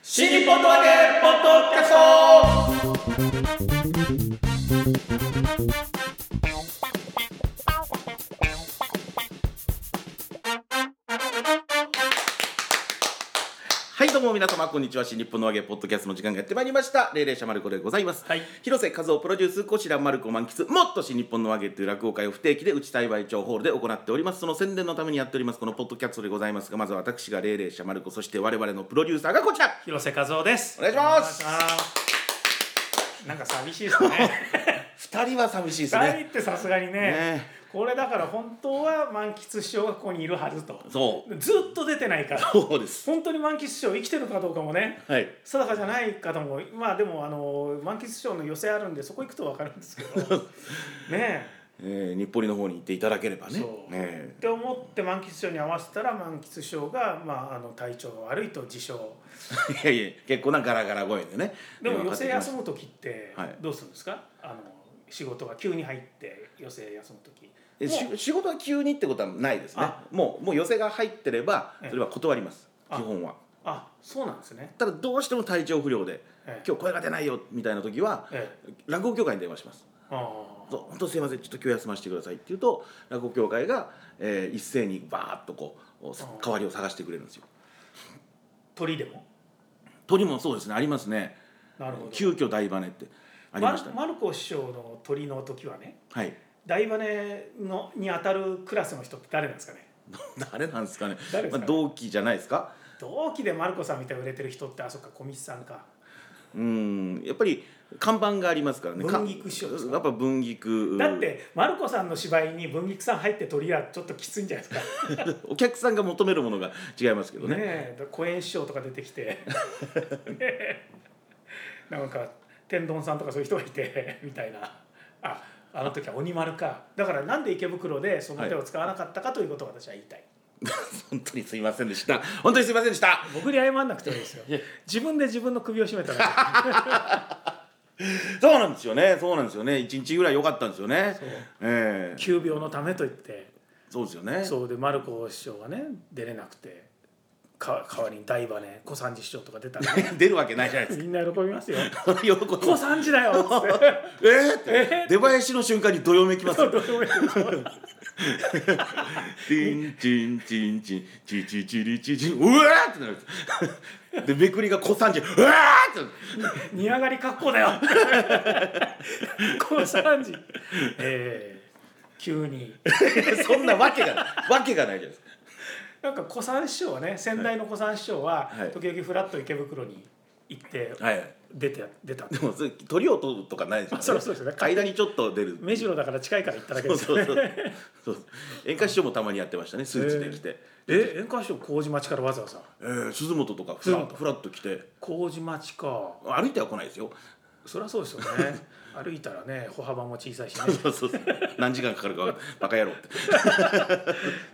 新日本とわけポッドキャストはいどうも皆様こんにちは新日本のわけポッドキャストの時間がやってまいりました霊霊者まる子でございます、はい広瀬和夫プロデュースこちらまる子満喫もっと新日本のわけという落語会を不定期で内幸町ホールで行っておりますその宣伝のためにやっておりますこのポッドキャストでございますがまずは私が霊霊者まる子そして我々のプロデューサーがこちら広瀬和夫です。お願いしますお願いしますなんか寂しい ですね。二人は寂しいです二ね人ってさすがにねねこれだから本当は満喫師匠がここにいるはずと。そうずっと出てないから。そうです本当に満喫師匠生きてるかどうかもね。はい定かじゃない方もまあでもあの満喫師匠の寄せあるんでそこ行くとわかるんで すけどねええー、日暮里の方に行っていただければねそうねって思って満喫師匠に合わせたら満喫師匠が、まあ、あの体調が悪いと自称えいやいや結構なガラガラ声でねでも寄せせ休む時ってはいどうするんですか、あの仕事が急に入って寄せ休む時えしもう仕事は急にってことはないですねあもうもう寄せが入ってればええそれは断りますあ基本はあそうなんですね、ただどうしても体調不良でええ今日声が出ないよみたいな時はええ、落語協会に電話しますあそう本当すいませんちょっと今日休ませてくださいって言うと落語協会が、えー一斉にバーッとこうあ代わりを探してくれるんですよ鳥でも鳥もそうですねありますねなるほど急遽大バネってありましたね、マルコ師匠の鳥の時はね はい大バネのに当たるクラスの人って誰なんですかね誰なんですかね誰ですまかねあ、同期じゃないですか同期でマルコさんみたいに売れてる人ってあそっか小道さんかうんやっぱり看板がありますからねか文菊師匠ですかやっぱ文菊だってマルコさんの芝居に文菊さん入って鳥はちょっときついんじゃないですか お客さんが求めるものが違いますけどねねえだ小円師匠とか出てき てねえなんか天丼さんとかそういう人がいて みたいなああの時は鬼丸かだからなんで池袋でその手を使わなかったかということを私は言いたい、 本当にすいませんでした本当にすいませんでした僕に謝んなくてもいいですよ自分で自分の首を絞めたらそうなんですよねそうなんですよね一日ぐらい良かったんですよねそうええ急病のためと言ってそうですよねそうでマルコ師匠がね出れなくてか代わりに大羽ね小三治師匠とか出た ら、ね、 出るわけないじゃない ですみんな喜びますよか喜ぶ小三治だよっつって えーって出囃子の瞬間にどよめきますよどうでもいいチンチンチンチンチチチリチチンうわーってなるでめくりが小三時うわーってなる煮上がり格好だよ小三時えー、急にそんなわけがないわけがないじゃないですか。なんか小三師匠はね先代の小三師匠ははい時々フラッと池袋に行ってはい。出て出たでもそれ鳥を取るとかないですそようね。そうですね間にちょっと出る。目白だから近いから行っただけそでうすよそうねそう。そう演歌師匠もたまにやってましたね。スーツで来て。え演歌師匠麹町からわざわざえー、鈴本とかふら鈴っ本ふらっと来て麹町か歩いては来ないですよ。そりゃそうですよね歩いたらね歩幅も小さいしねそうそうそう。何時間かかるかバカ野郎って。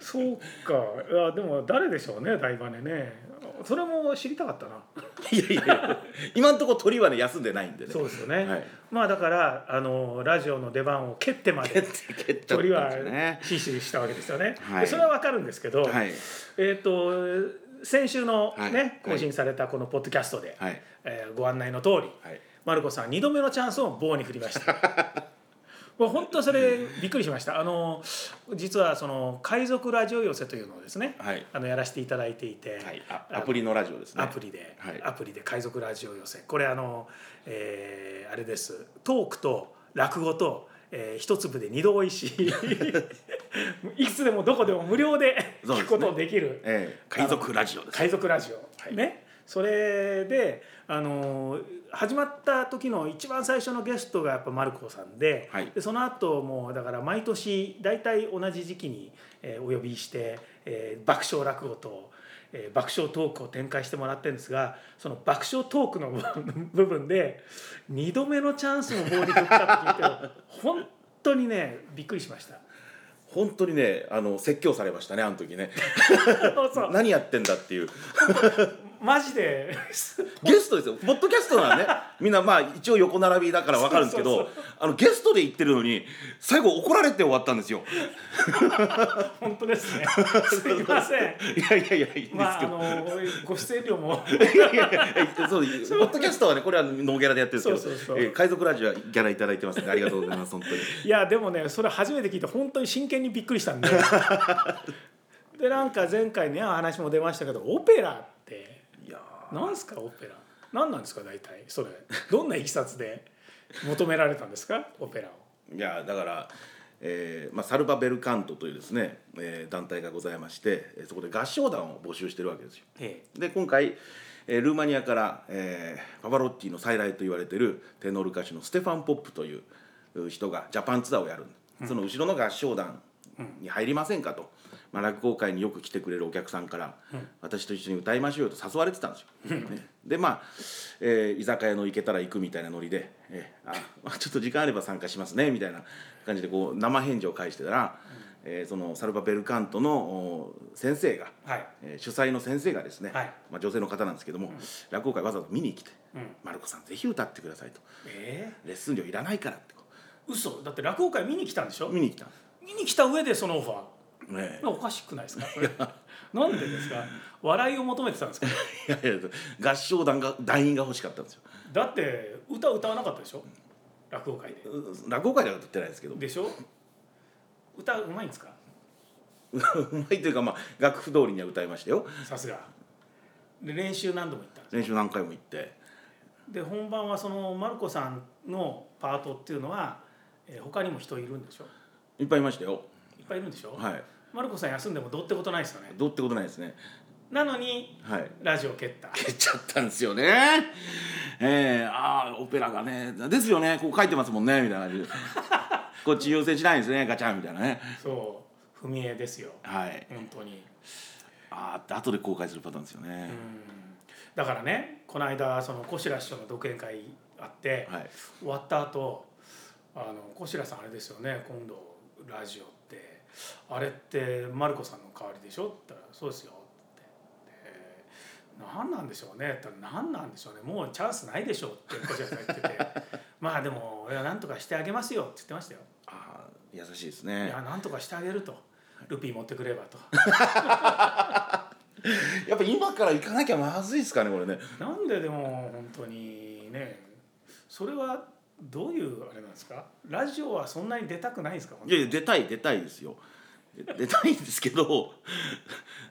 そうかいやでも誰でしょうね大バネねそれも知りたかったないやいやいや。今んとこ鳥はね休んでないんでね。そうですよね、はいまあだからあのラジオの出番を蹴ってまで蹴っちゃったん鳥はですね。死守したわけですよね、はいでそれはわかるんですけど、はいえっ、と先週のはいね、はい更新されたこのポッドキャストで、はいえーご案内の通り、はい。マルコさん2度目のチャンスを棒に振りま したもう本当それびっくりしましたあの実はその海賊ラジオ寄せというのをですね、はいあのやらせていただいていて、はい。あアプリのラジオですね。アプリで、はいアプリで海賊ラジオ寄せこれあの、えーあれですトークと落語と、えー一粒で二度おいしい いつでもどこでも無料でそうで聞すねくことできるええ海賊ラジオです。海賊ラジオ、はいねそれであの始まった時の一番最初のゲストがやっぱマルコさんで,、はいでその後もうだから毎年大体同じ時期に、えーお呼びして、えー爆笑落語と、えー爆笑トークを展開してもらってるんですがその爆笑トークの部分 で2度目のチャンスのボール振ったって聞いて本当にねびっくりしました。 本当にねあの説教されましたねあの時ねそうそう何やってんだっていうマジで ゲストですよポッドキャストなんでねみんなまあ一応横並びだから分かるんですけそうどそあのゲストで言ってるのに最後怒られて終わったんですよ本当ですねすいませんいやいやいやいいんですけど、まああの ご出演料もいやいやいやそうですポッドキャストはねこれはノーギャラでやってるんですけそどうそうそうえー海賊ラジオはギャラいただいてますんでありがとうございます本当にいやでもねそれ初めて聞いて本当に真剣にびっくりした んででなんか前回ね話も出ましたけどオペラっていやなんすかオペラ何なんですか大体それどんないきさつで求められたんですかオペラをーいやだから、えーまあ、サルバ・ベルカントというですね、えー団体がございましてえーそこで合唱団を募集してるわけですよえで今回、えールーマニアから、えーパパロッティの再来と言われてるテノール歌手のステファン・ポップというう人がジャパンツアーをやるんだその後ろの合唱団に入りませんかと、まあ、落語会によく来てくれるお客さんから、私と一緒に歌いましょうよと誘われてたんですよ。ねでまあ、えー居酒屋の行けたら行くみたいなノリで「えーあ まあちょっと時間あれば参加しますね」みたいな感じでこう生返事を返してたら、えーそのサルバ・ベルカントのお先生がえはいえー主催の先生がですね、はいまあ、女性の方なんですけども、落語会わざわざ見に来てうん「まる子さんぜひ歌ってください」とえ「レッスン料いらないから」ってこー、嘘だって落語会見に来たんでしょう見に来たんで見に来た上でそのオファーすねえおかしくないですかそれなんでですか笑いを求めてたんですかいやいや合唱団が団員が欲しかったんですよだって歌歌わなかったでしょ落語会でう落語会では歌ってないですけどうでしょ歌うまいんですかまいというか、まあ、楽譜通りには歌いましたよさすがで練習何度も行ったんです練習何回も行ってで本番はそのマルコさんのパートっていうのは、えー他にも人いるんでしょいっぱいいましたよいっぱいいるんでしょ、はいマルコさん休んでもどうってことないですよねどうってことないですねなのにはいラジオ蹴った蹴っちゃったんですよねええああオペラがねですよねこう書いてますもんねみたいな 感じでこっち優先しないんですねガチャンみたいなねそう踏み絵ですよはい本当にああ後で公開するパターンですよねうん、だからねこの間その小白師匠の独演会あって、はい終わった後あの小白さんあれですよね今度ラジオってあれってマルコさんの代わりでしょ?」って言ったら「そうですよ」って言ってで「何なんでしょうね」って言ったら「何なんでしょうねもうチャンスないでしょ」って小白さん言って て「まあでも俺は何とかしてあげますよ」って言ってましたよ。ああ優しいですいねや何とかしてあげるとルピー持ってくればとやっぱ今から行かなきゃまずいですかねこれねなんででも本当にねそれはどういうあれなんですかラジオはそんなに出たくないんですかいやいや出たい出たいですよで出たいんですけど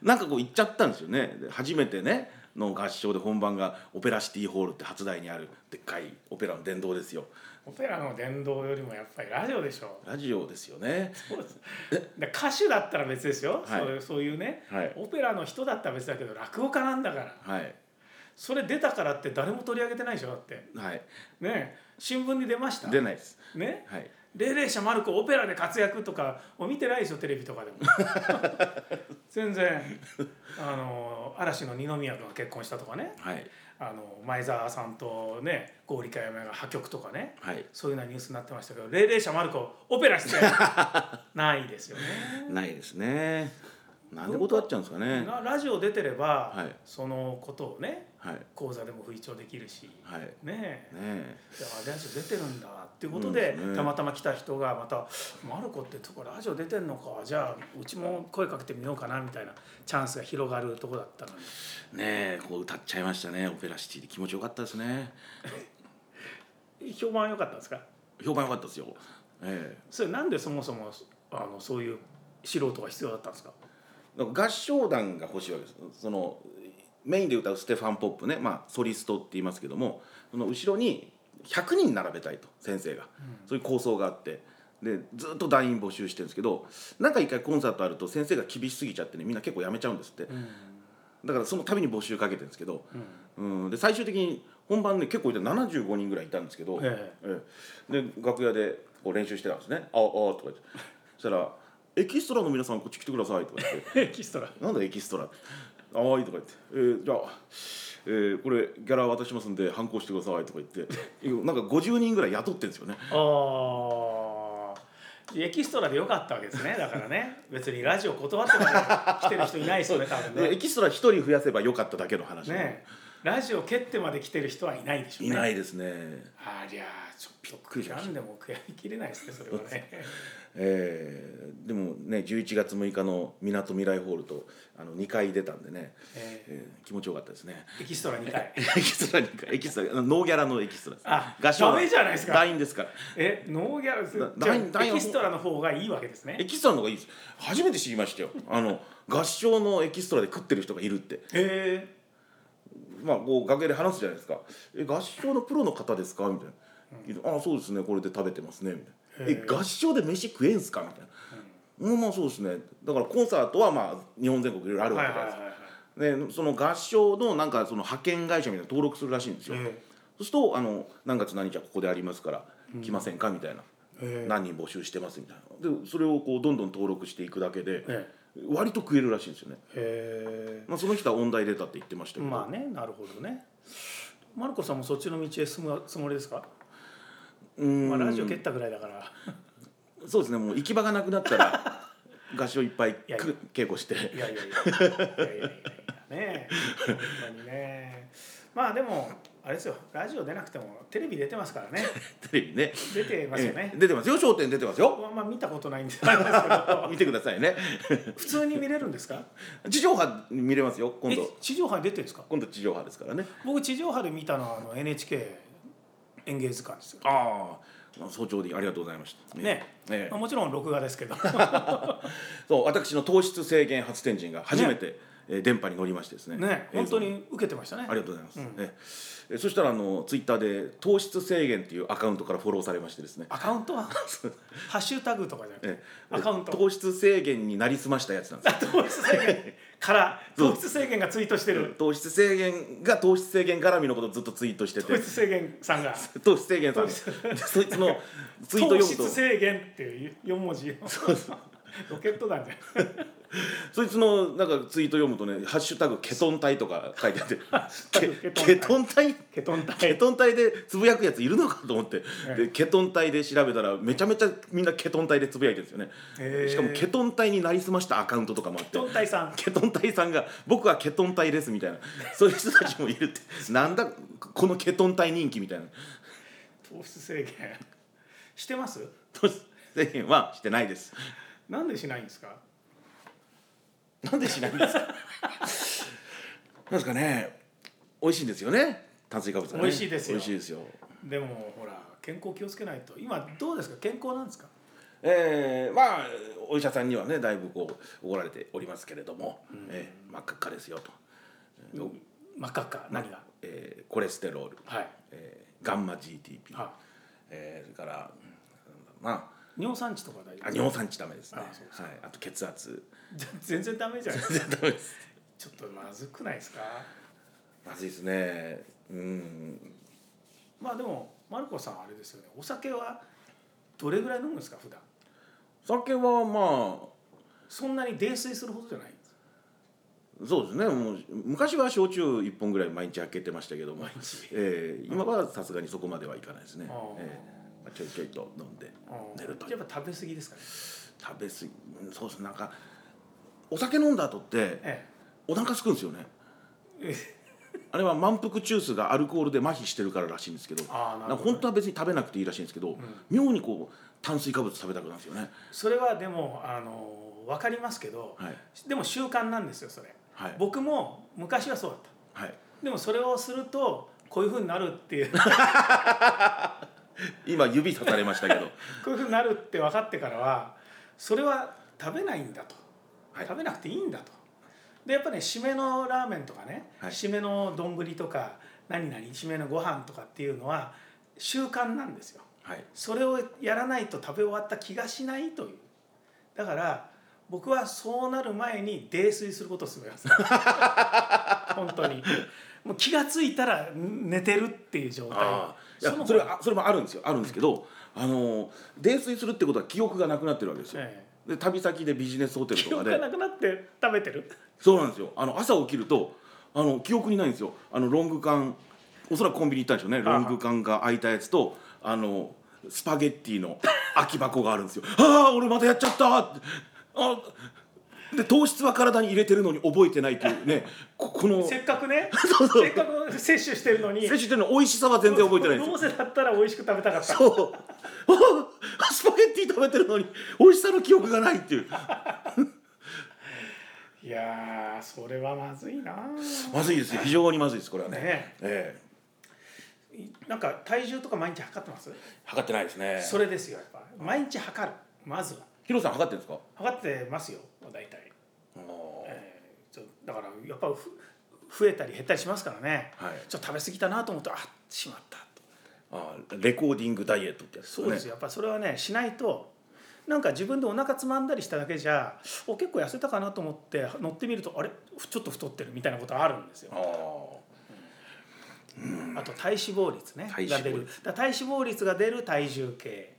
なんかこう行っちゃったんですよねで初めてねの合唱で本番がオペラシティホールって初台にあるでっかいオペラの殿堂ですよオペラの殿堂よりもやっぱりラジオでしょラジオですよねそうですだから歌手だったら別ですよ、はいそういうそういうねはいオペラの人だったら別だけど落語家なんだからはいそれ出たからって誰も取り上げてないでしょだってはいね新聞に出ました出ないですねはい霊霊者マルコオペラで活躍とかを見てないでしょテレビと かでも全然あの嵐の二宮君が結婚したとかねはいあの前澤さんとね合理化山が破局とかねはいそういうようなニュースになってましたけど霊霊者マルコオペラしてないですよね。ないですねなんで断っちゃうんですかねなラジオ出てれば、はいそのことをねはい講座でも吹聴できるし、はいねねええいやラジオ出てるんだっていうことで、そうですねたまたま来た人がまた「マルコってとこラジオ出てんのかじゃあうちも声かけてみようかな」みたいなチャンスが広がるとこだったのにねえこう歌っちゃいましたねオペラシティで気持ちよかったですね評判良かったんですか評判良かったですよえそれなんでそもそもあのそういう素人が必要だったんですかえ合唱団が欲しいわけですそのメインで歌うステファン・ポップね、まあ、ソリストって言いますけどもその後ろに100人並べたいと先生が、そういう構想があってでずっと団員募集してるんですけどなんか一回コンサートあると先生が厳しすぎちゃってねみんな結構やめちゃうんですってうんだからそのために募集かけてるんですけど、うんうん、で最終的に本番ね結構いた75人ぐらいいたんですけど、えええで楽屋でこう練習してたんですね「ああ」とか言ってそしたら「エキストラの皆さんこっち来てください」とか言って えエキストラ「なんだエキストラ」「ああいい」とか言って「えーじゃあ、えーこれギャラ渡しますんで反抗してください」とか言って いやなんか50人ぐらい雇ってるんですよねああエキストラでよかったわけですねだからね別に ラジオ断ってまで来てる人いないですよね多分でねエキストラ1人増やせばよかっただけの話ねラジオ蹴ってまで来てる人はいないでしょういねないですね。ありゃあちょっとびっくりしましたなんでも悔やみきれないですねそれはねえーでもね11月6日のみなとみらいホールとあの2回出たんでね、ええー気持ちよかったですね。ーエキストラ2回 エキストラ2回エキストラあのノーギャラのエキストラです、あ合唱ダメじゃないですか団員ですからえノーギャラズだじゃだあいだいエキストラの方がいいわけですねエキストラの方がいいです初めて知りましたよあの合唱のエキストラで食ってる人がいるってへえまあこう楽屋で話すじゃないですか「え合唱のプロの方ですか?」みたいな「あそうですねこれで食べてますね」みたいな「へえー合唱で飯食えんすか?」みたいな「うんまあそうですねだからコンサートはまあ日本全国いろいろあるはわいけはいじゃないですかはいはいでその合唱のなんかその派遣会社みたいなの登録するらしいんですよ、えそうするとあの「何月何日はここでありますから来ませんか?」みたいなえええ何人募集してますみたいなでそれをこうどんどん登録していくだけでえ割と食えるらしいんですよね、えまあ、その人は音大出たって言ってましたけど、まあねなるほどねマルコさんもそっちの道へ進むつもりですか、うんまあ、ラジオ蹴ったぐらいだからそうですねもう行き場がなくなったら 合唱いっぱいいやいやく稽古していやいやいやいやいやいやいやねえ本当にねまあでもあれですよラジオ出なくてもテレビ出てますからねテレビね出てますよえねえ出てますよ『笑点』出てますよ僕はあんま見たことないんですけ ど見てくださいね普通に見れるんですか地上波見れますよ今え度地上波に出てるんですか今度地上波ですからね僕地上波で見たのはあの NHK 演芸図鑑ですよああ早朝でありがとうございましたねええまあもちろん録 画ですけどそう私の糖質制限発電人が初めて、えー電波に乗りましてですねね映本像当に受けてましたねありがとうございます、えええそしたらあのツイッターで「糖質制限」っていうアカウントからフォローされましてですねアカウント はハッシュタグとかじゃな くてええアカウント糖質制限になりすましたやつなんですよ糖質制限から糖質制限がツイートしてる糖質制限が糖質制限絡みのことをずっとツイートして糖て質制限さんが糖質制限さん糖でそいつのツイート読む糖と質制限っていう四文字 ロケット弾じゃんそいつのなんかツイート読むとね「ハッシュタグケトン体」とか書いてあってタグケケケトトン体ケトンケ体トン体でつぶやくやついるのかと思って、えでケトン体で調べたらめちゃめちゃみんなケトン体でつぶやいてるんですよね、へーしかもケトン体になりすましたアカウントとかもあってケトン体さんケトン体さんが「僕はケトン体です」みたい なそういう人たちもいるってなんだこのケトン体人気みたいな 糖質制限してますと制限はしてないですなんでしないんですかなんでしないん ですかなんですかね美味しいんですよね炭水化物はね美味しいです美よ味しいですよでもほら健康気をつけないと今どうですか健康なんですかえーまあお医者さんにはねだいぶこう怒られておりますけれども、えー真っ赤っかですよと、真っ赤っか何がえーコレステロール、はいえーガンマ GTP、あえーそれから、うんまあ尿酸値とか大丈あ夫尿酸値ダメですねあそうですはい、あと血圧全然ダメじゃないですかダメですちょっとまずくないですかまずいですねうんまあでもマルコさんあれですよねお酒はどれぐらい飲むんですか普段酒はまあそんなに泥酔するほどじゃないんですそうですねもう昔は焼酎一本ぐらい毎日開けてましたけども毎日、えー今はさすがにそこまではいかないですねあー、えーまあ、ちょいちょいと飲んで寝るとやっぱ食べ過ぎですかね食べ過ぎうんそうですねなんかお酒飲んだ後ってえお腹すくんですよねえあれは満腹中枢がアルコールで麻痺してるかららしいんですけどあーなるんほかど本当は別に食べなくていいらしいんですけど、妙にこう炭水化物食べたくなるんですよねそれはでもあの分かりますけど、はいでも習慣なんですよそれ、はい僕も昔はそうだったはいでもそれをするとこういうふうになるっていう今指さされましたけど こういうふうになるって分かってからはそれは食べないんだと、はい食べなくていいんだとでやっぱね締めのラーメンとかね、はい締めの丼とか何々締めのご飯とかっていうのは習慣なんですよはいそれをやらないと食べ終わった気がしないというだから僕はそうなる前に泥酔することを勧めます 本当にもう気が付いたら寝てるっていう状態ああいやのそれはあそれもあるんですよあるんですけど、あの泥酔するってことは記憶がなくなってるわけですよ、ええで旅先でビジネスホテル記とか憶がでなくなって食べてるそうなんですよあの朝起きるとあの記憶にないんですよあのロング缶おそらくコンビニ行ったんでしょうねああロング缶が空いたやつとあのスパゲッティの空き箱があるんですよああ俺またやっちゃったあで糖質は体に入れてるのに覚えてないっていうねここのせっかくね そうそうせっかく摂取してるのに摂取してるの美味しさは全然覚えてないんですどようせだったら美味しく食べたかったそうあスパゲッティ食べてるのに美味しさの記憶がないっていういやーそれはまずいなまずいですよ非常にまずいですこれはねねええなんか体重とか毎日測ってます測ってないですねそれですよやっぱ毎日測るまずはヒロさん測ってるんですか測ってますよ大体、あーえー、ちょだからやっぱふ増えたり減ったりしますからね、はいちょっと食べ過ぎたなと思ってあしまったとあーレコーディングダイエットってやつそうですよよやっぱそれはねしないとなんか自分でお腹つまんだりしただけじゃお結構痩せたかなと思って乗ってみるとあれちょっと太ってるみたいなことあるんですよあーあと体脂肪率ね体脂肪が出るだから体脂肪率が出る体重計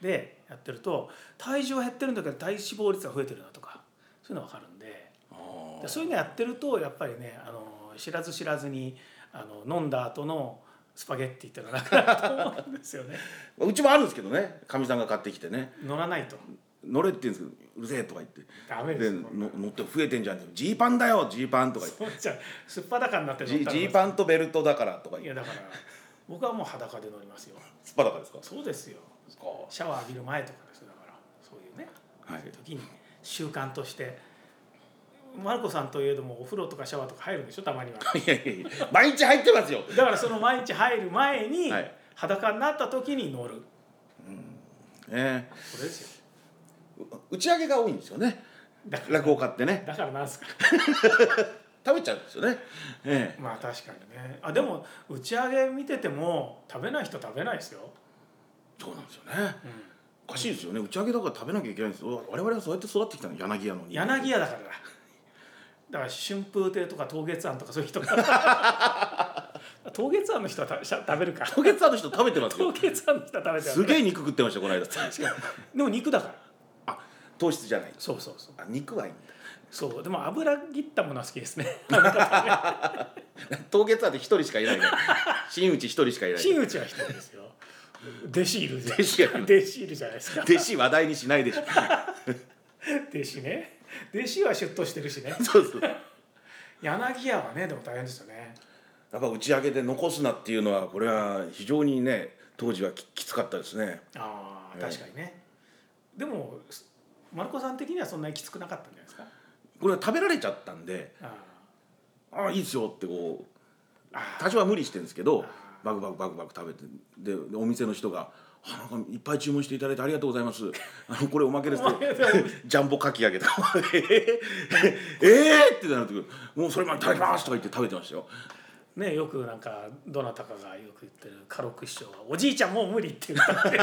でやってると体重は減ってるんだけど体脂肪率が増えてるなとかそういうの分かるんであでーそういうのやってるとやっぱりねあの知らず知らずにあの飲んだ後のスパゲッティっていうのはなくなると思うんですよねうちもあるんですけどねかみさんが買ってきてね乗らないと乗れって言うんですけどうるせえとか言ってダメでですよの乗って増えてんじゃんジーパンだよジーパンとか言ってそう じゃあすっぱだかになってジージーンパンとベルトだからとかい言ってやだから僕はもう裸で乗りますよスパだからですかそうですよそっかシャワー浴びる前とかですよだからそういうねはい時に習慣としてマルコさんといえどもお風呂とかシャワーとか入るんでしょたまにはいやいやいや毎日入ってますよだからその毎日入る前にはい裸になった時に乗るえそれですよえ打ち上げが多いんですよねだから落語家ってねだからなんですか食べちゃうんですよねえまあ確かにねあでも打ち上げ見てても食べない人食べないですよ、えそうなんですよねうんおかしいですよね打ち上げだから食べなきゃいけないんですよ我々はそうやって育ってきたの柳屋のに柳屋だからだだから春風亭とか桃月庵とかそういう 人が桃月庵の人は食べ食べるか凍結あの人食べてます桃よ月庵の人は食べてすげえ肉食ってましたこの間えでも肉だからあ糖質じゃないそうそうそうあ肉はいいんそうでも油切ったものは好きですねだ凍結あって一人しかいないから新内一人しかいない真打ちは一人ですよ弟子いるじゃん弟子がい弟子いるじゃないですか弟子話題にしない でしょ弟子ね弟子は出頭してるしねそうそうや柳屋はねでも大変ですよねっぱ打ち上げで残すなっていうのはこれは非常にね当時はききつかったですねああええ確かにね、でもす丸子さん的にはそんなにきつくなかったんじゃないですかこれは食べられちゃったんでああいいですよってこうーあ多少は無理してるんですけどあバクバクバクバク食べてででお店の人が「あなんかいっぱい注文していただいてありがとうございます あのこれおまけです」おっまてけだよジャンボかき揚げと か「えー、えーってなるともうそれまで食べます」とか言って食べてましたよーねよくなんかどなたかがよく言ってる家六師匠は「おじいちゃんもう無理」 って言ったって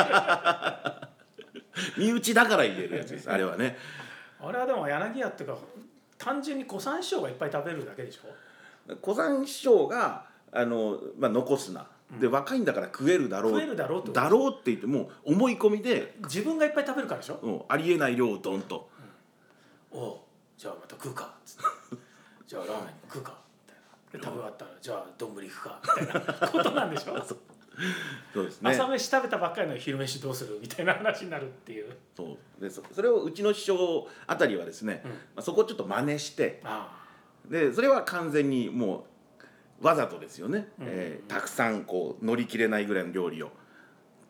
身内だから言えるやつですあれはねあれはでも柳屋っていうか単純に小山椒がいっぱい食べるだけでしょ小山師匠があの、まあ、残すなで若いんだから食えるだろう食えるだろうってことだろうって言ってもう思い込みで自分がいっぱい食べるからでしょもうありえない量をドンとおうじゃあまた食うか」 つって「じゃあラーメン食うか」みたいなで食べ終わったら「じゃあ丼行くか」みたいなことなんでしょ そうですね朝飯食べたばっかりの昼飯どうするみたいな話になるっていうそうでそそれをうちの師匠あたりはですね、うんまあ、そこをちょっと真似してあでそれは完全にもうわざとですよね、うんえーたくさんこう乗り切れないぐらいの料理を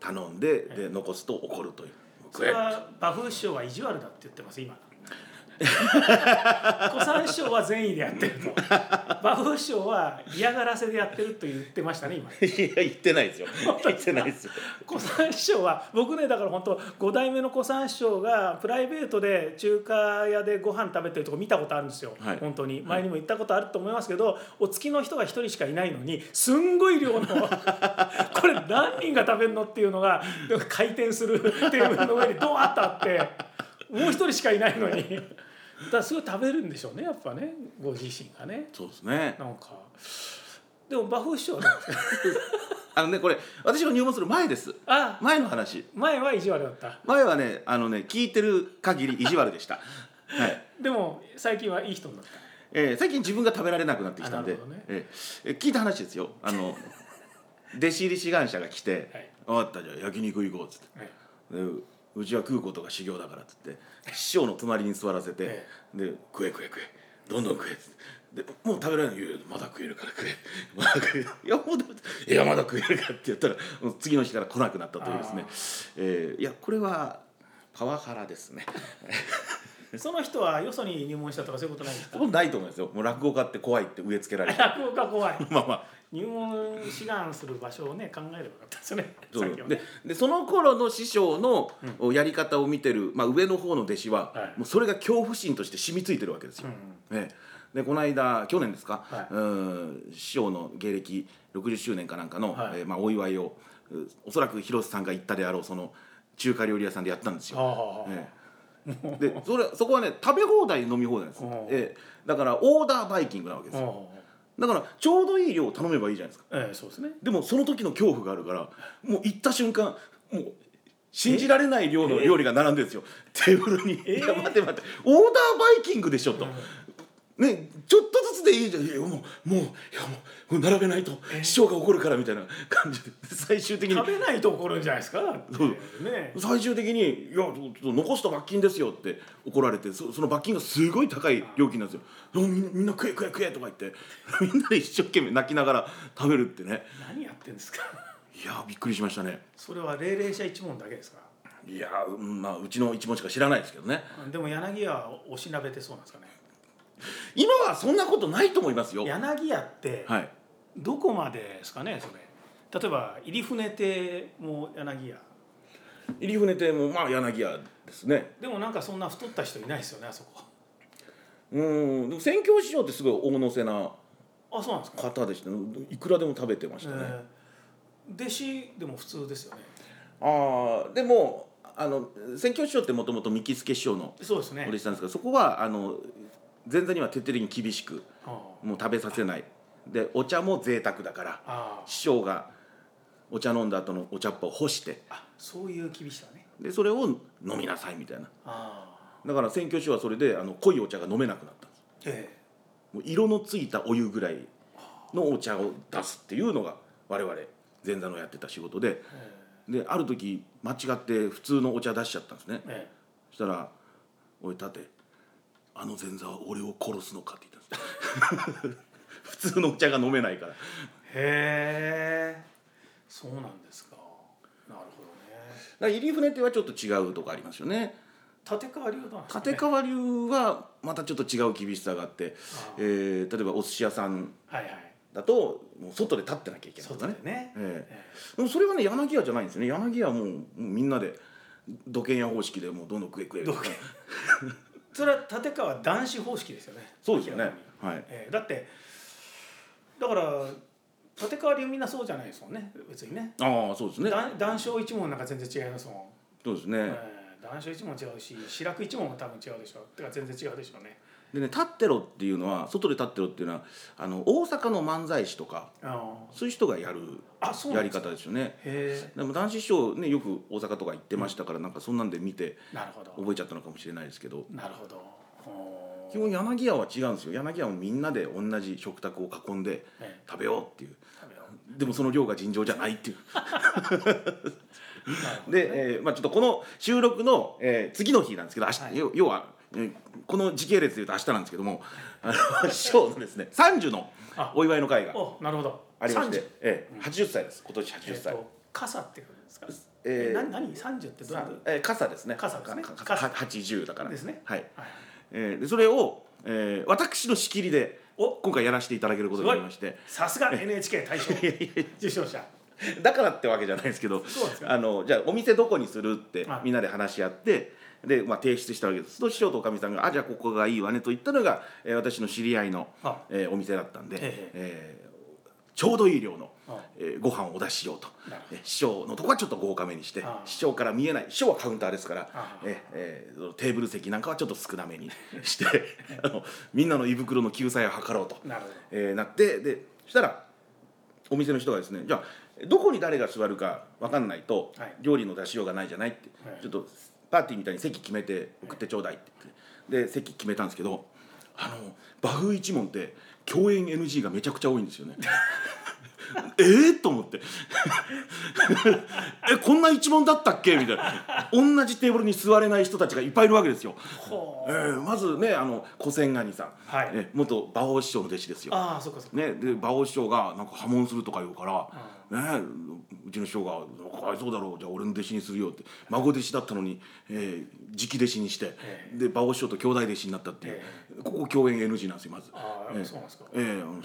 頼んでで残すと怒るという。あそれは馬風師匠は意地悪だって言ってます今小三師匠は善意でやってると馬風師匠は嫌がらせでやってると言ってましたね 今いや言ってない ですよ言ってないですよ小三師匠は僕ねだから本当5代目の小三師匠がプライベートで中華屋でご飯食べてるとこ見たことあるんですよ、はい本当に前にも言ったことあると思いますけど、お付きの人が1人しかいないのにすんごい量の これ何人が食べるのっていうのが回転するテ ーブルの上にドワッとあってもう1人しかいないのにだからすごい食べるんでしょうねやっぱねご自身がねそうですねなんかでも馬風師匠はあのねこれ私が入門する前です あ前の話前は意地悪だった前はねあのね聞いてる限り意地悪で した、はいでも最近はいい人になったえー最近自分が食べられなくなってきたんで、あなるほどねえーえー聞いた話ですよあ の弟子入り志願者が来てはい「分かったじゃあ焼肉行こう」っつってはいでうちは食うことが修行だから」っつって師匠の隣に座らせてえ「で食え食え食えどんどん食え」っつってでもう食べられないいやいやまだ食えるから食え まだ食えるいやもうだいやまだ食えるから」って言ったらもう次の日から来なくなったというですね、えーいやこれはパワハラですねその人はよそに入門したとかそういうことないんですかもうないと思いますよもう落語家って怖いって植え付けられ て落語が怖いまあまあ入門志願する場所をね考えればよかったですねそさっうきはでねでその頃の師匠のおやり方を見てる、まあ、上の方の弟子は、はいもうそれが恐怖心として染みついてるわけですうよ。んね、でこの間去年ですか、はいうーん師匠の芸歴60周年かなんかの、はいえーまあ、お祝いをうおそらく広瀬さんが行ったであろうその中華料理屋さんでやったんですよ。ああ、ええでそれそこはね食べ放題飲み放題なんですおうよ、ええだからオーダーバイキングなわけですよああだからちょうどいい量を頼めばいいじゃないですかええそうですねでもその時の恐怖があるからもう行った瞬間もう信じられない量の料理が並んでるんですよテーブルに「えいや待って待ってオーダーバイキングでしょ」と。ね、ちょっとずつでいいじゃんいやもうもういやもうもう並べないと師匠が怒るからみたいな 感じで最終的に食べないと怒るんじゃないですかだってそうね最終的に「いやちょっと残した罰金ですよ」って怒られてそその罰金がすごい高い料金なんですよ「みんみんな食え食え食え」とか言って みんなで一生懸命泣きながら食べるってね何やってんですかいやびっくりしましたね。それは霊霊者一門だけですかいやーうんまあうちの一門しか知らないですけどねでも柳家はおしなべてそうなんですかね今はそんなことないと思いますよ柳家ってはいどこまでですかねそれ例えば入船亭も柳家入船亭もまあ柳家ですねでもなんかそんな太った人いないですよねあそこうんでも宣教師匠ってすごい大乗せなあそうなんですか、方でしたねいくらでも食べてましたね、ええ弟子でも普通ですよねああでもあの宣教師匠ってもともと三木助師匠のそうですおね弟子さんですからそこはあの前座には徹底的に厳しくあもう食べさせないでお茶も贅沢だからあ師匠がお茶飲んだ後のお茶っ葉を干してあそういう厳しさねでそれを飲みなさいみたいなああだから選挙師はそれであの濃いお茶が飲めなくなったんですえもう色のついたお湯ぐらいのお茶を出すっていうのが我々前座のやってた仕事でええである時間違って普通のお茶出しちゃったんですねえええそしたら「おい立てあの前座は俺を殺すのか」って言ったんです 普通のお茶が飲めないからへえそうなんですかなるほどねだから入船亭はちょっと違うとこありますよね立川流なんですね立川流はまたちょっと違う厳しさがあってああ、えー例えばお寿司屋さんはいはいだともう外で立ってなきゃいけないと外かでねね、ええええでもそれはね柳家じゃないんですよね柳家はもうもうみんなで土建屋方式でもうどんどん食え食え土建それは立川男子方式ですよねそうですよ明ねらかにはいええだってだから立川流みんなそうじゃないですもんね別にねああそうですね男男小一門なんか全然違いますもん、そうですえねえ男小一門違うし白く一門も多分違うでしょてか全然違うでしょうねでね立ってろっていうのは外で立ってろっていうのはあの大阪の漫才師とかあそういう人がやるああそうやなんりです方かですよねへでも男子師匠ねよく大阪とか行ってましたから、なんかそんなんで見てえなるほど覚えちゃったのかもしれないですけどなるほど。おー基本柳家は違うんですよ柳家はみんなで同じ食卓を囲んでね食べようっていう食べよでもその量が尋常じゃないっていううなるほどねで、えーまあ、ちょっとこの収録の、えー次の日なんですけど明日、はい要要は、えーこの時系列でいうと明日なんですけども あの師匠のですね30のあお祝いの会がお、なるほど。ありまして30、えー、80歳です今年え80っ歳、と、傘ってことですか。ええー何何三十ってどういうこえー傘ですね傘ですねかか傘は80だからですねはい、と。はいえーでそれを、えー私の仕切りでお今回やらせていただけることになりましてさす が NHK 大賞受賞者。だからってわけじゃないですけどそうなんですかあのじゃあお店どこにするってはいみんなで話し合ってで、まあ、提出したわけですその師匠とおかみさんが「あじゃあここがいいわね」と言ったのが、えー私の知り合いのあ、えーお店だったんで、えええーちょうどいい量のあ。えーご飯をお出ししようとなるほえ師匠のとこはちょっと豪華めにしてああ師匠から見えない師匠はカウンターですからああええーそのテーブル席なんかはちょっと少なめにして あのみんなの胃袋の救済を図ろうと、なるほえーなってでそしたらお店の人がですねじゃあどこに誰が座るか分かんないと、はい料理の出しようがないじゃないって、はいちょっとパーティーみたいに席決めて送ってちょうだいって言ってで席決めたんですけどあの馬風一門って共演 NG がめちゃくちゃ多いんですよね。 えー、と思って えこんな一問だったっけみたいな同じテーブルに座れない人たちがいっぱいいるわけですよ、ほえうーまずねあの古千ガニさん、はいえ元馬王師匠の弟子ですよああそっかそっかね、で馬王師匠がなんか破門するとか言うから、ね、うちの師匠が「かわいそうだろうじゃあ俺の弟子にするよ」って孫弟子だったのに、えー直弟子にして、えで馬王師匠と兄弟弟子になったっていう、えここ共演 NG なんですよまず。ああええそうなんですかええあの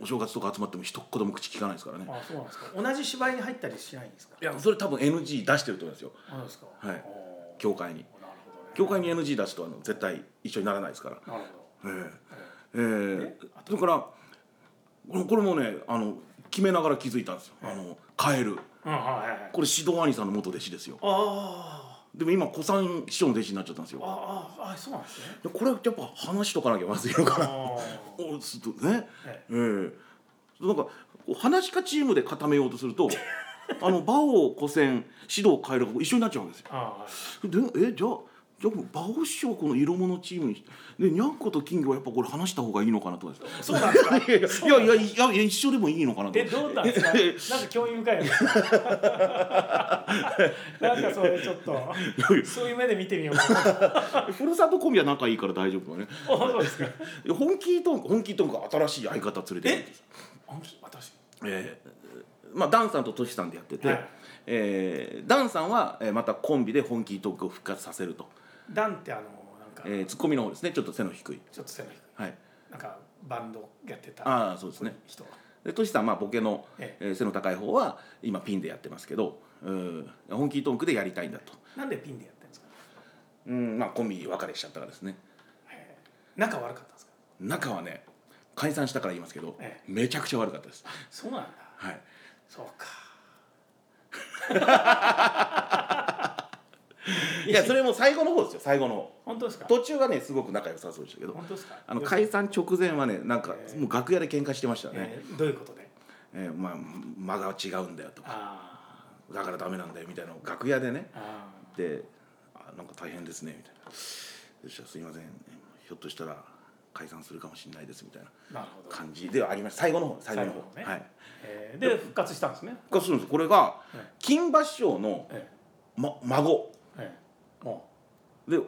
お正月とか集まっても一言も口聞かないですからねああそうなんですか同じ芝居に入ったりしないんですかいやそれ多分 NG 出してると思いますよそうですかはいおー教会になるほどね教会に NG 出すとあの絶対一緒にならないですからなるほどええええだからこれこれもねあの決めながら気づいたんですよ「あのカエル」うんはいはいはいこれ指導兄さんの元弟子ですよあでも今古参師匠の弟子になっちゃったんですあよああああそうなんで すねでこれやっぱ話しとかなきゃまずいのかあ なあおすっとねえええなんかこう話し家チームで固めようとす るとあの馬王古戦指導変えるが一緒になっちゃうわけですよああはいでえじゃあじゃあもう馬王師匠をこの色物チームにしてでにゃんこと金魚はやっぱこれ話した方がいいのかなと思いますそうなんですかい やいやいやいやいや一緒でもいいのかなとえどうなんですか なんか興味深いですなんかそれちょっとそういう目で見てみよ うかなふるさとコンビは仲いいから大丈夫だねあそうですかいや本気トンク本気トンクは新しい相方連れてるんですあ私えーまあ、ダンさんとトシさんでやってて、はいえーダンさんはえーまたコンビで本気トークを復活させると、ダンってあのなんかえーツッコミの方ですねちょっと背の低い、ちょっと背の低いはい、なんかバンドやってたああそうですね人でトシさんはまあボケの、ええー背の高い方は今ピンでやってますけどうん本気トークでやりたいんだと、なんでピンでやってるんですかうんまあ、コンビ別れしちゃったからですねへえ仲悪かったんですか中はね解散したから言いますけど、えめちゃくちゃ悪かったです、そうなんだ はい、そうかいやそれも最後の方ですよ最後の方本当ですか途中はねすごく仲良さそうでしたけど本当ですかあのよ解散直前はねなんかえーもう楽屋で喧嘩してましたね、えーどういうことでえーまあ間が違うんだよとかあだからダメなんだよみたいなのを楽屋でねーあであなんか大変ですねみたいな「よっしゃすいませんひょっとしたら解散するかもしれないです」みたいなーなるほど感じではありました最後の方最後の方最後の方はねいえーで復活したんですねがするんですこれがえ金馬師匠の、えま、孫えええもで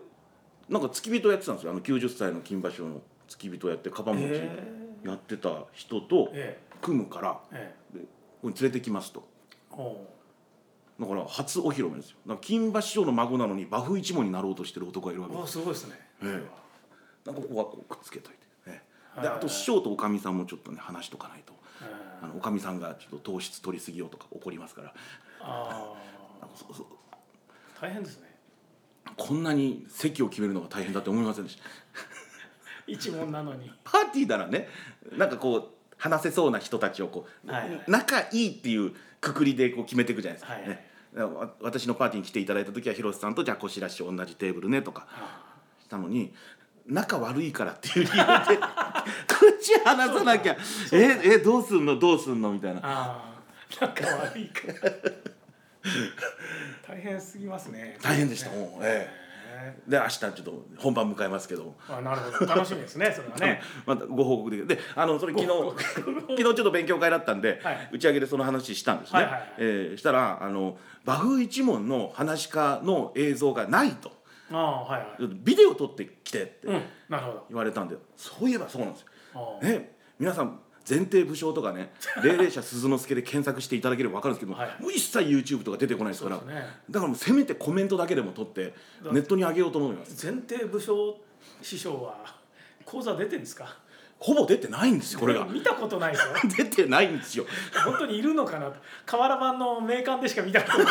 なんか付き人やってたんですよあの90歳の金馬師匠の付き人やってカバうン持ちえやってた人とえ組むからええでここに連れてきますとえおうだから初お披露目ですよだから金馬師匠の孫なのに馬風一門になろうとしてる男がいるわけでおうすごいですねええすなんかここはこうくっつけといて、ええではいあと師匠とおかみさんもちょっとね話しとかないとうんあのおかみさんがちょっと糖質取りすぎよとか怒りますからあなんかそそー大変ですねこんなに席を決めるのが大変だって思いませんでした一問なのにパーティーならねなんかこう話せそうな人たちをこう、はいはい仲いいっていうくくりでこう決めていくじゃないですか、はいはいねだからわ私のパーティーに来ていただいた時は広瀬さんとじゃあこしらし同じテーブルねとかあしたのに仲悪いからっていう理由 で口離さなきゃええどうすんのどうすんのみたいなあーなんか悪いから大変すぎますね大変でしたもうねええで明日ちょっと本番迎えますけど。あなるほど楽しみですねそれはねまたご報告できるであのそれ昨日ご報昨日ちょっと勉強会だったんで、はい打ち上げでその話したんですね、はいはいはいえーしたらあの馬風一門の話し家の映像がないとああはいはいビデオ撮ってきてってうんなるほど言われたんで、そういえばそうなんですあよ、ね、皆さん前提武将とか ね霊霊者鈴之助で検索していただければ分かるんですけど、はいもう一切 YouTube とか出てこないですからそうですねだからもうせめてコメントだけでも撮ってだネットに上げようと思います前提武将師匠は講座出てんですかほぼ出てないんですよこれが見たことないですよ 出てないんですよ本当にいるのかなと瓦版の名鑑でしか見 たことない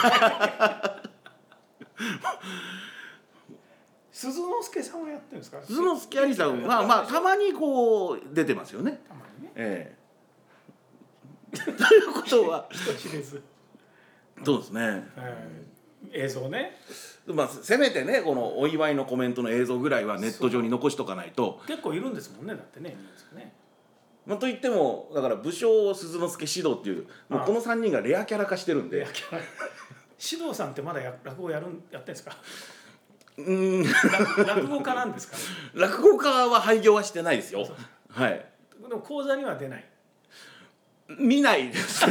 鈴之助さんはやってるんですか鈴之助兄さんはまあたまにこう出てますよね。たまにねええ ということは人知れず、そうですね。うん、映像ねまあせめてねこのお祝いのコメントの映像ぐらいはネット上に残しとかないと。結構いるんですもんねだってね人数ねまあ、と言ってもだから武将鈴之助指導っていうもうこの3人がレアキャラ化してるんで獅童さんってまだや落語やるんやってんですかうーん落落語家なんですか落語家は廃業はしてないですよ。はいでも講座には出ない見ないです。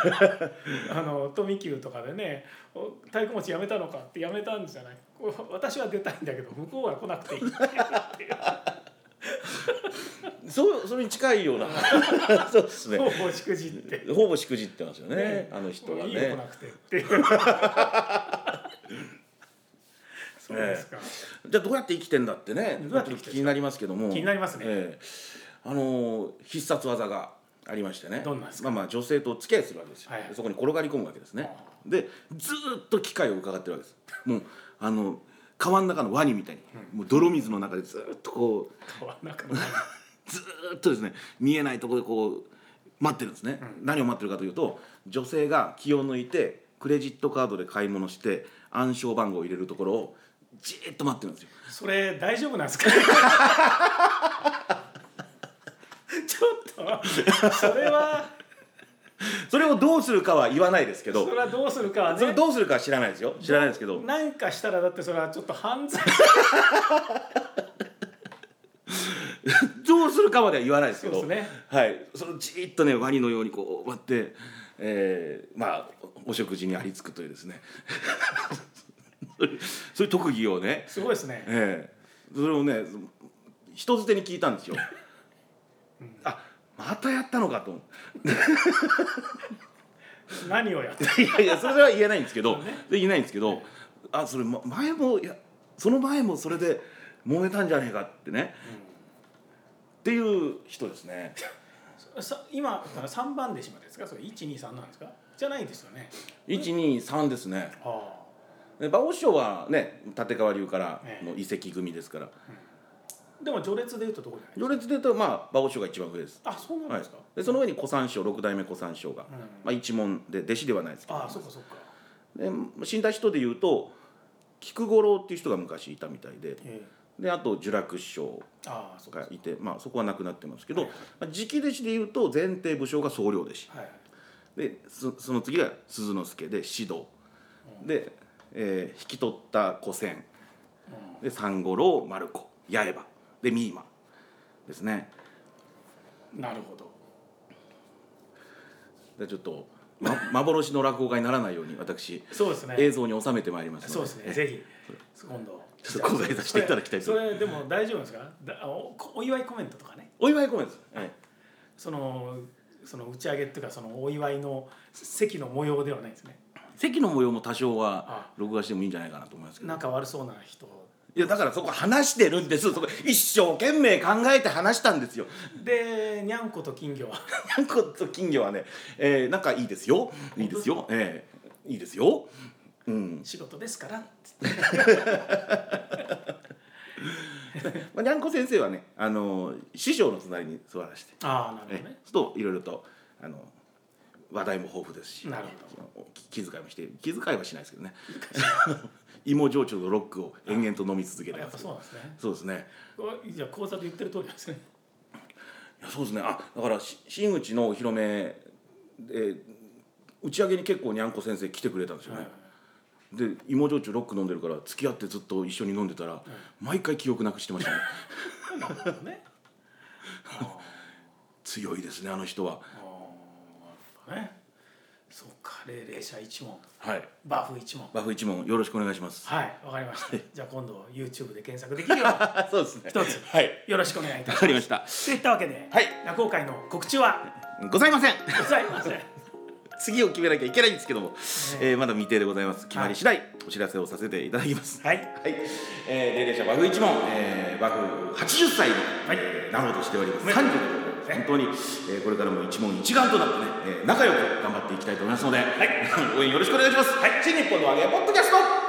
あの富久とかでね「お太鼓持ちやめたのか?」って「やめたんじゃないこう私は出たいんだけど向こうは来なくてい い」っていう そうそれに近いような そうですね。もうしくじって。ほぼしくじってますよねねあの人がもうねいいよ来なくてって いう。そうですか。じゃあどうやって生きてんだってねどうやって生きてんですか気になりますけども気になりますねええあのー必殺技がありましてねどんなんですまあまあ女性とお付き合いするわけですよ、はいはいそこに転がり込むわけですねあでずーっと機械を伺ってるわけですもうあの川の中のワニみたいに、もう泥水の中でずーっとこう川の中のずーっとですね見えないところでこう待ってるんですね、何を待ってるかというと女性が気を抜いてクレジットカードで買い物して暗証番号を入れるところをじーっと待ってるんですよそれ大丈夫なんですか ちょっとそれはそれをどうするかは言わないですけそどれはどうするかはそれねどうするかは知らないですよ知らないですけどなんかしたらだってそれはちょっと犯罪どうするかまでは言わないですけどそうですねはい、そのじーっとねワニのようにこう待って、えーまあお食事にありつくというですね そういうそういう特技をねすごいですねええそれをね人づてに聞いたんですよ、あまたやったのかと思何をやってっていやいやそれは言えないんですけど、そうねそれ言えないんですけどあそれ、ま前もいやその前もそれで揉めたんじゃねえかってね、っていう人ですねさ今だから3番弟子までですかそれ123なんですかじゃないですよね123ですねあで馬王師匠はね立川流からの移籍組ですからあでも序列でいうとどこじゃない序列で言うとまあ馬王師匠が一番上ですあそうなんはいですか、、でその上に小三師匠六代目小三師匠が、んまあ、一門で弟子ではないですけどああそうかそうか、で死んだ人で言うと菊五郎っていう人が昔いたみたいでえであと呪楽師匠えああそうかがそういて、まあ、そこは亡くなってますけど、まあ、直弟子で言うと前提武将が総領弟子かはいでそその次が鈴之助で獅童で、えー引き取った古仙で三五郎丸子八重歯でミーマですねなるほどでちょっと、ま、 幻の落語家にならないように私そうですね映像に収めてまいりますのでそうですね、ぜひ今度ちょっとご挨拶していただきたいとそれそれでも大丈夫ですかだあおお祝いコメントとかねお祝いコメントです、はいそのその打ち上げっていうかそのお祝いの席の模様ではないですね席の模様も多少あは録画してもいいんじゃないかなと思いますけど仲悪そうな人いやだからそこ話してるんですそこ一生懸命考えて話したんですよでにゃんこと金魚はにゃんこと金魚はね、えー、仲いいですよいいですよ、えー、いいですようん、仕事ですからまあ、にゃんこ先生はね、あのー師匠の隣に座らせて、ああなえるほどねー、そうするといろいろと、あの話題も豊富ですしなるその気遣いもして気遣いはしないですけどね 芋焼酎のロックを延々と飲み続けてやっまぱすそうなんですねそうですねこれじゃあ講座で言ってる通りなんですねいやそうですねあだからし新内のお披露目で打ち上げに結構にゃんこ先生来てくれたんですよね、で芋焼酎ロック飲んでるから付き合ってずっと一緒に飲んでたら、毎回記憶なくしてましたね なるほどねあ強いですねあの人はあああねそうか霊霊者一問はいバフ一問バフ一問よろしくお願いしますはいわかりましたじゃあ今度 YouTube で検索でき るようにあそうですね一つはいよろしくお願いいたわしかりましたます。といったわけで、はい落語会の告知はございませんございません。次を決めなきゃいけないんですけども、えーまだ未定でございます決まり次第お知らせをさせていただきますはいはい、えー、霊霊者バグ一問、えー、バグ80歳の、はいえーなろうとしておりますね30で本当に、えー、これからも一問一丸となってね、 えー、仲良く頑張っていきたいと思いますので、はい、応援よろしくお願いしますはい新日本の揚げポッドキャスト